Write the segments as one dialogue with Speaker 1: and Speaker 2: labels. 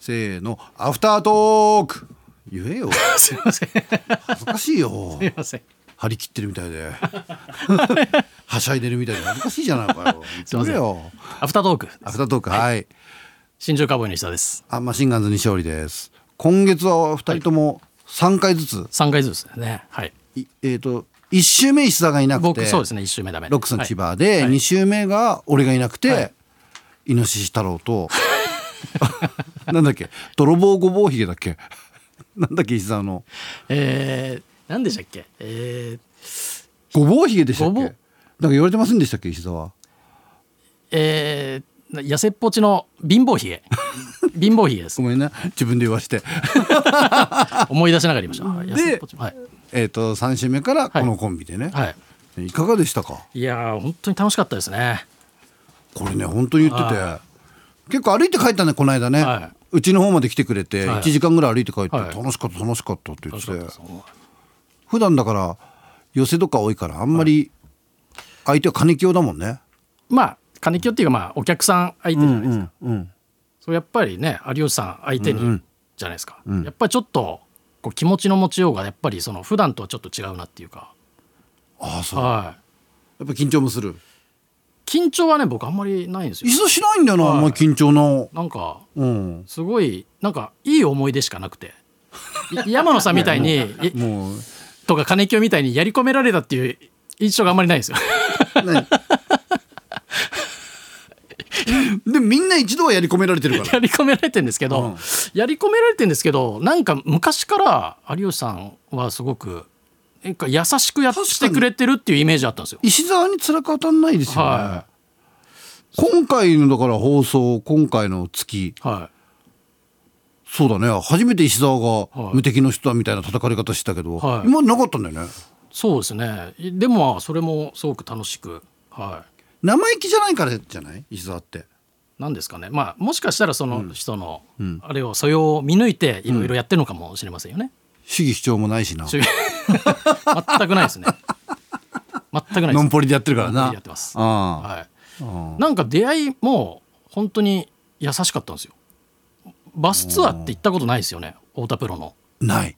Speaker 1: せーのアフタートーク言えよ
Speaker 2: すいま せん
Speaker 1: 恥ずかしい よ
Speaker 2: すいません
Speaker 1: 張り切ってるみたいで はしゃいでるみたいで恥ずかしいじゃないかよ言ってくれよ
Speaker 2: アフタートーク
Speaker 1: アフタートークはい
Speaker 2: 新宿カーボーイの石田です
Speaker 1: あマシンガンズ西織です今月は二人とも三回ずつ、
Speaker 2: 三回ずつですねはい
Speaker 1: いえっ、と一週目石田がいなく
Speaker 2: 僕
Speaker 1: て
Speaker 2: そうですね一周目ダメ
Speaker 1: ロックさん千
Speaker 2: は
Speaker 1: 葉で、
Speaker 2: い
Speaker 1: 二週目が俺がいなくて、
Speaker 2: はい
Speaker 1: イノシシ太郎と なんだっけ泥棒ごぼうひげだっけなんだっけ石田の
Speaker 2: いえー、何でしたっけえー、
Speaker 1: ごぼうひげでしたっけ
Speaker 2: ごぼ
Speaker 1: なん
Speaker 2: う
Speaker 1: か言われてませんでしたっけ石田は
Speaker 2: えー、痩せっぽちの貧乏ひ げ貧乏ひげです
Speaker 1: ごめんな自分で言わして
Speaker 2: 思い出しながら言いました痩せっ
Speaker 1: で
Speaker 2: ぽちはい、
Speaker 1: えっと三週目からこのコンビでね、
Speaker 2: はい、
Speaker 1: い、かがでしたか
Speaker 2: いやー本当に楽しかったですね
Speaker 1: これね本当に言ってて
Speaker 2: は
Speaker 1: 結構歩いて帰ったねこの間ね、
Speaker 2: はいう
Speaker 1: ちの方まで来てくれて
Speaker 2: は
Speaker 1: 1
Speaker 2: い
Speaker 1: 時間ぐらい歩いて帰って、
Speaker 2: はい
Speaker 1: 楽しかった楽しかったって言ってて
Speaker 2: 楽しかったです
Speaker 1: 普段だから寄せとか多いからあんまり相手は金清だもんね、
Speaker 2: まあ金清っていうかまあお客さん相手じゃないですか、
Speaker 1: うんうん
Speaker 2: そうやっぱりね有吉さん相手
Speaker 1: うんう
Speaker 2: に
Speaker 1: ん
Speaker 2: じゃないですか、
Speaker 1: うん
Speaker 2: やっぱりちょっとこう気持ちの持ちようがやっぱりその普段とはちょっと違うなっていうか、
Speaker 1: ああそうやっ
Speaker 2: はい、
Speaker 1: ぱ緊張もする
Speaker 2: 緊張はね僕あんまりないんですよ
Speaker 1: 一度しないんだよな、
Speaker 2: はい
Speaker 1: あんまり緊張の
Speaker 2: なんか
Speaker 1: うん
Speaker 2: すごいなんかいい思い出しかなくてい山野さんみ たいにい
Speaker 1: もう
Speaker 2: とか金清みたいにやり込められたっていう印象があんまりないんです よ
Speaker 1: 何 でもみんな一度はやり込められてるから
Speaker 2: やり込められてんですけど、
Speaker 1: うん
Speaker 2: やり込められてんですけどなんか昔から有吉さんはすごくなんか優しくやってくれてるっていうイメージあったんですよ
Speaker 1: 石沢に辛く当たんないですよね、
Speaker 2: は
Speaker 1: 今回のだから放送今回の月
Speaker 2: は
Speaker 1: そうだね初めて石沢が
Speaker 2: はい
Speaker 1: 無敵の人だみたいな叩かれ方してたけど、
Speaker 2: はい
Speaker 1: 今までなかったんだよね
Speaker 2: いそうですねでもまあそれもすごく楽しくはい
Speaker 1: 生意気じゃないからじゃない石沢って
Speaker 2: なんですかねまあもしかしたらその人の、あれを素養を見抜いていろいろやってるのかもしれませんよね、
Speaker 1: 主義主張もないしな
Speaker 2: ちょ 全くないですね全くないで
Speaker 1: ノ
Speaker 2: す
Speaker 1: ンポリでやってるから
Speaker 2: ノンポ
Speaker 1: な
Speaker 2: リやってます
Speaker 1: あ
Speaker 2: は
Speaker 1: あうん
Speaker 2: い、なんか出会いも本当に優しかったんですよバスツアーって行ったことないですよね太田プロの
Speaker 1: ない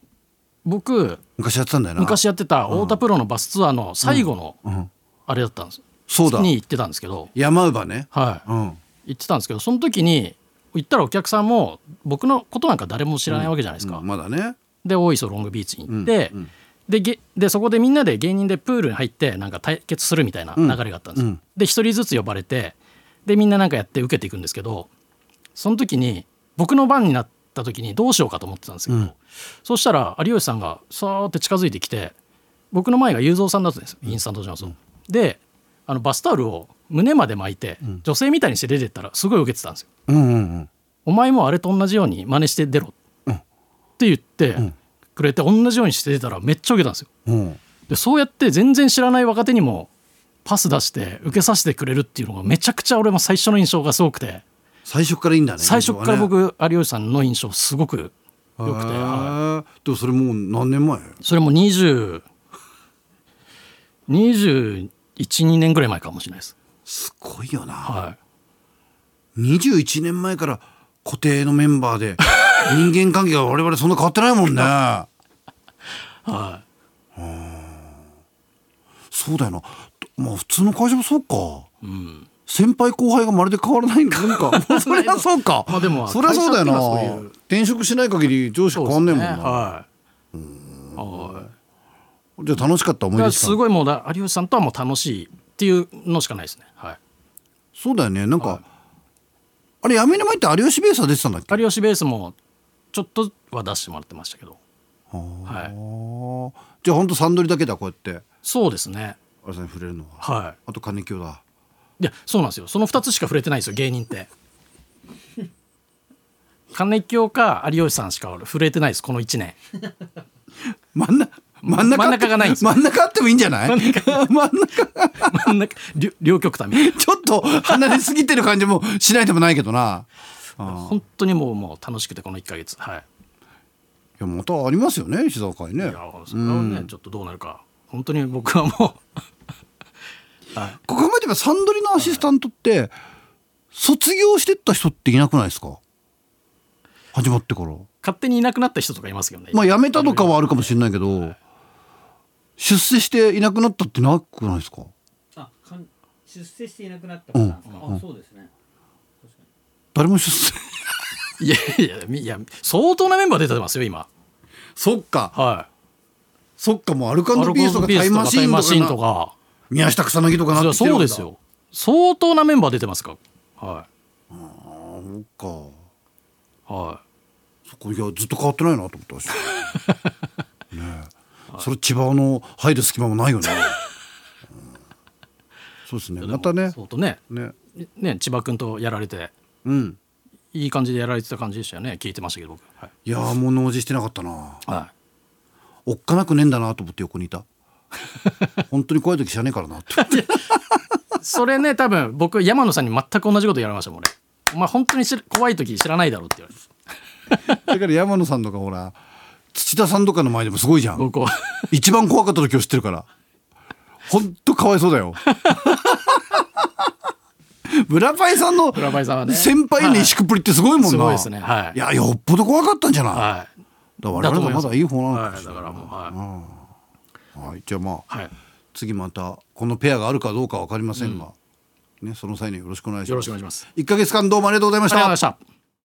Speaker 2: 僕
Speaker 1: 昔やってたんだよな
Speaker 2: 昔やってた太田プロのバスツアーの最後の
Speaker 1: うん、
Speaker 2: あれだったんです、
Speaker 1: そうだ
Speaker 2: に行ってたんですけど
Speaker 1: 山乳ね、
Speaker 2: はい
Speaker 1: うん、
Speaker 2: 行ってたんですけどその時に行ったらお客さんも僕のことなんか誰も知らないわけじゃないですか、
Speaker 1: うんまだね
Speaker 2: で大磯ロングビーチに行って、
Speaker 1: うんうん
Speaker 2: でげでそこでみんなで芸人でプールに入ってなんか対決するみたいな流れがあったんですよ、
Speaker 1: うんうん
Speaker 2: で一人ずつ呼ばれてでみんななんかやって受けていくんですけどその時に僕の番になった時にどうしようかと思ってたんですけど、
Speaker 1: うん
Speaker 2: そしたら有吉さんがさーって近づいてきて僕の前が雄三さんだったんですよインスタントジャンソン、であのバスタオルを胸まで巻いて、女性みたいにして出てったらすごい受けてたんですよ
Speaker 1: うんうんうん
Speaker 2: お前もあれと同じように真似して出ろって言ってくれて同じようにして出たらめっちゃ受けたんですよ
Speaker 1: うん
Speaker 2: でそうやって全然知らない若手にもパス出して受けさせてくれるっていうのがめちゃくちゃ俺も最初の印象がすごくて
Speaker 1: 最初からいいんだね
Speaker 2: 最初から
Speaker 1: よ
Speaker 2: 僕有吉さんの印象すごく良
Speaker 1: く
Speaker 2: くては
Speaker 1: でもそれもう何年前
Speaker 2: いそれも2021年ぐらい前かもしれないです
Speaker 1: すごいよな、
Speaker 2: はい
Speaker 1: 21年前から固定のメンバー で人間関係が我々そんな変わってないもんね
Speaker 2: は
Speaker 1: そうだよなまあ普通の会社もそうか
Speaker 2: い、うん、
Speaker 1: 先輩後輩がまるで変わらないんだなんか そりゃそうか、
Speaker 2: まあでも
Speaker 1: そりゃそうだよな
Speaker 2: 会社っていうのはそういう
Speaker 1: 転職しない限り上司
Speaker 2: そ
Speaker 1: 変
Speaker 2: うで
Speaker 1: わん
Speaker 2: す
Speaker 1: ねえ
Speaker 2: ね
Speaker 1: もんな、
Speaker 2: はいはい
Speaker 1: じゃあ楽しかった思い
Speaker 2: いや
Speaker 1: 出し
Speaker 2: す
Speaker 1: た
Speaker 2: ごいもうだ有吉さんとはもう楽しいっていうのしかないですね、は
Speaker 1: そうだよねなんか、
Speaker 2: はい
Speaker 1: あれ闇の前って有吉ベースは出てたんだっけ
Speaker 2: い、有吉ベースもちょっとは出してもらってましたけど、
Speaker 1: は
Speaker 2: はい、
Speaker 1: い、じゃあほんとサンドリだけだこうやって
Speaker 2: そうですね
Speaker 1: あれさんに触れるのは
Speaker 2: は
Speaker 1: あと金清だ
Speaker 2: いいやそうなんですよその2つしか触れてないんですよ芸 人って金京か有吉さんしか俺触れてないですこの1年
Speaker 1: 真ん中真ん中
Speaker 2: 真ん中がないんですよ
Speaker 1: 真ん中あってもいいんじゃ ない真ん中
Speaker 2: 真ん中両両極端みたいな
Speaker 1: ちょっと離れすぎてる感じもしないでもないけどな。ああ
Speaker 2: 本当にもうもう楽しくてこの1か月はい
Speaker 1: いやまたありますよね石沢会ね
Speaker 2: いや。それはね、ちょっとどうなるか本当に僕はも
Speaker 1: こう考えてみればサンドリのアシスタントって、卒業してった人っていなくないですか。始まってから
Speaker 2: 勝手にいなくなった人とかいますけどね
Speaker 1: まあ辞めたとかはあるかもしれないけど出世していなくなったってなくないですか
Speaker 3: あかん出世していなくなったからなんですか、
Speaker 1: うん
Speaker 3: あそうですね
Speaker 1: 誰も出世
Speaker 2: いやいやみいや相当なメンバー出てますよ今
Speaker 1: そっか
Speaker 2: は
Speaker 1: そっかもうアルカ
Speaker 2: い
Speaker 1: ンドピースとかタイムマシーンとか
Speaker 2: タイムマシンとか
Speaker 1: 宮下草薙とかなってきてるんだ
Speaker 2: そうですよ相当なメンバー出てますからは
Speaker 1: あそっか
Speaker 2: いは
Speaker 1: そこいやずっと変わってないなと思ってましたね えそれ千葉の入る隙間もないよね、うんそうですね
Speaker 2: い
Speaker 1: またね
Speaker 2: 相当ね
Speaker 1: ね
Speaker 2: ね千葉君とやられて
Speaker 1: うん
Speaker 2: いい感じでやられてた感じでしたよね聞いてましたけど僕はい、
Speaker 1: いやーもう農事してなかったな
Speaker 2: は
Speaker 1: おっかなくねえんだなと思って横にい た本当に怖い時知らねえからなって
Speaker 2: い、それね多分僕山野さんに全く同じことやられましたもん俺お前本当に知ら怖い時知らないだろうって言われて
Speaker 1: だから山野さんとかほら土田さんとかの前でもすごいじゃん
Speaker 2: 僕は
Speaker 1: 一番怖かった時を知ってるからほんとかわいそうだ よブラパイさんの
Speaker 2: ブラパイさんはね
Speaker 1: 先輩の石くっぷりってすごいもんな、
Speaker 2: すごいですねはい
Speaker 1: やよっぽど怖かったんじゃない、
Speaker 2: はい
Speaker 1: だから我々もまだいい方なのかも
Speaker 2: は
Speaker 1: し
Speaker 2: い
Speaker 1: れ
Speaker 2: だ
Speaker 1: な
Speaker 2: からもうは
Speaker 1: はい、じゃあまあ、
Speaker 2: い、はい、
Speaker 1: 次またこのペアがあるかどうかわかりませんが、ねその際によろしくお願いします
Speaker 2: よろしくお願いしますあり
Speaker 1: 1か月間どうもありがとうございま
Speaker 2: が
Speaker 1: し
Speaker 2: とうござい
Speaker 1: た
Speaker 2: ました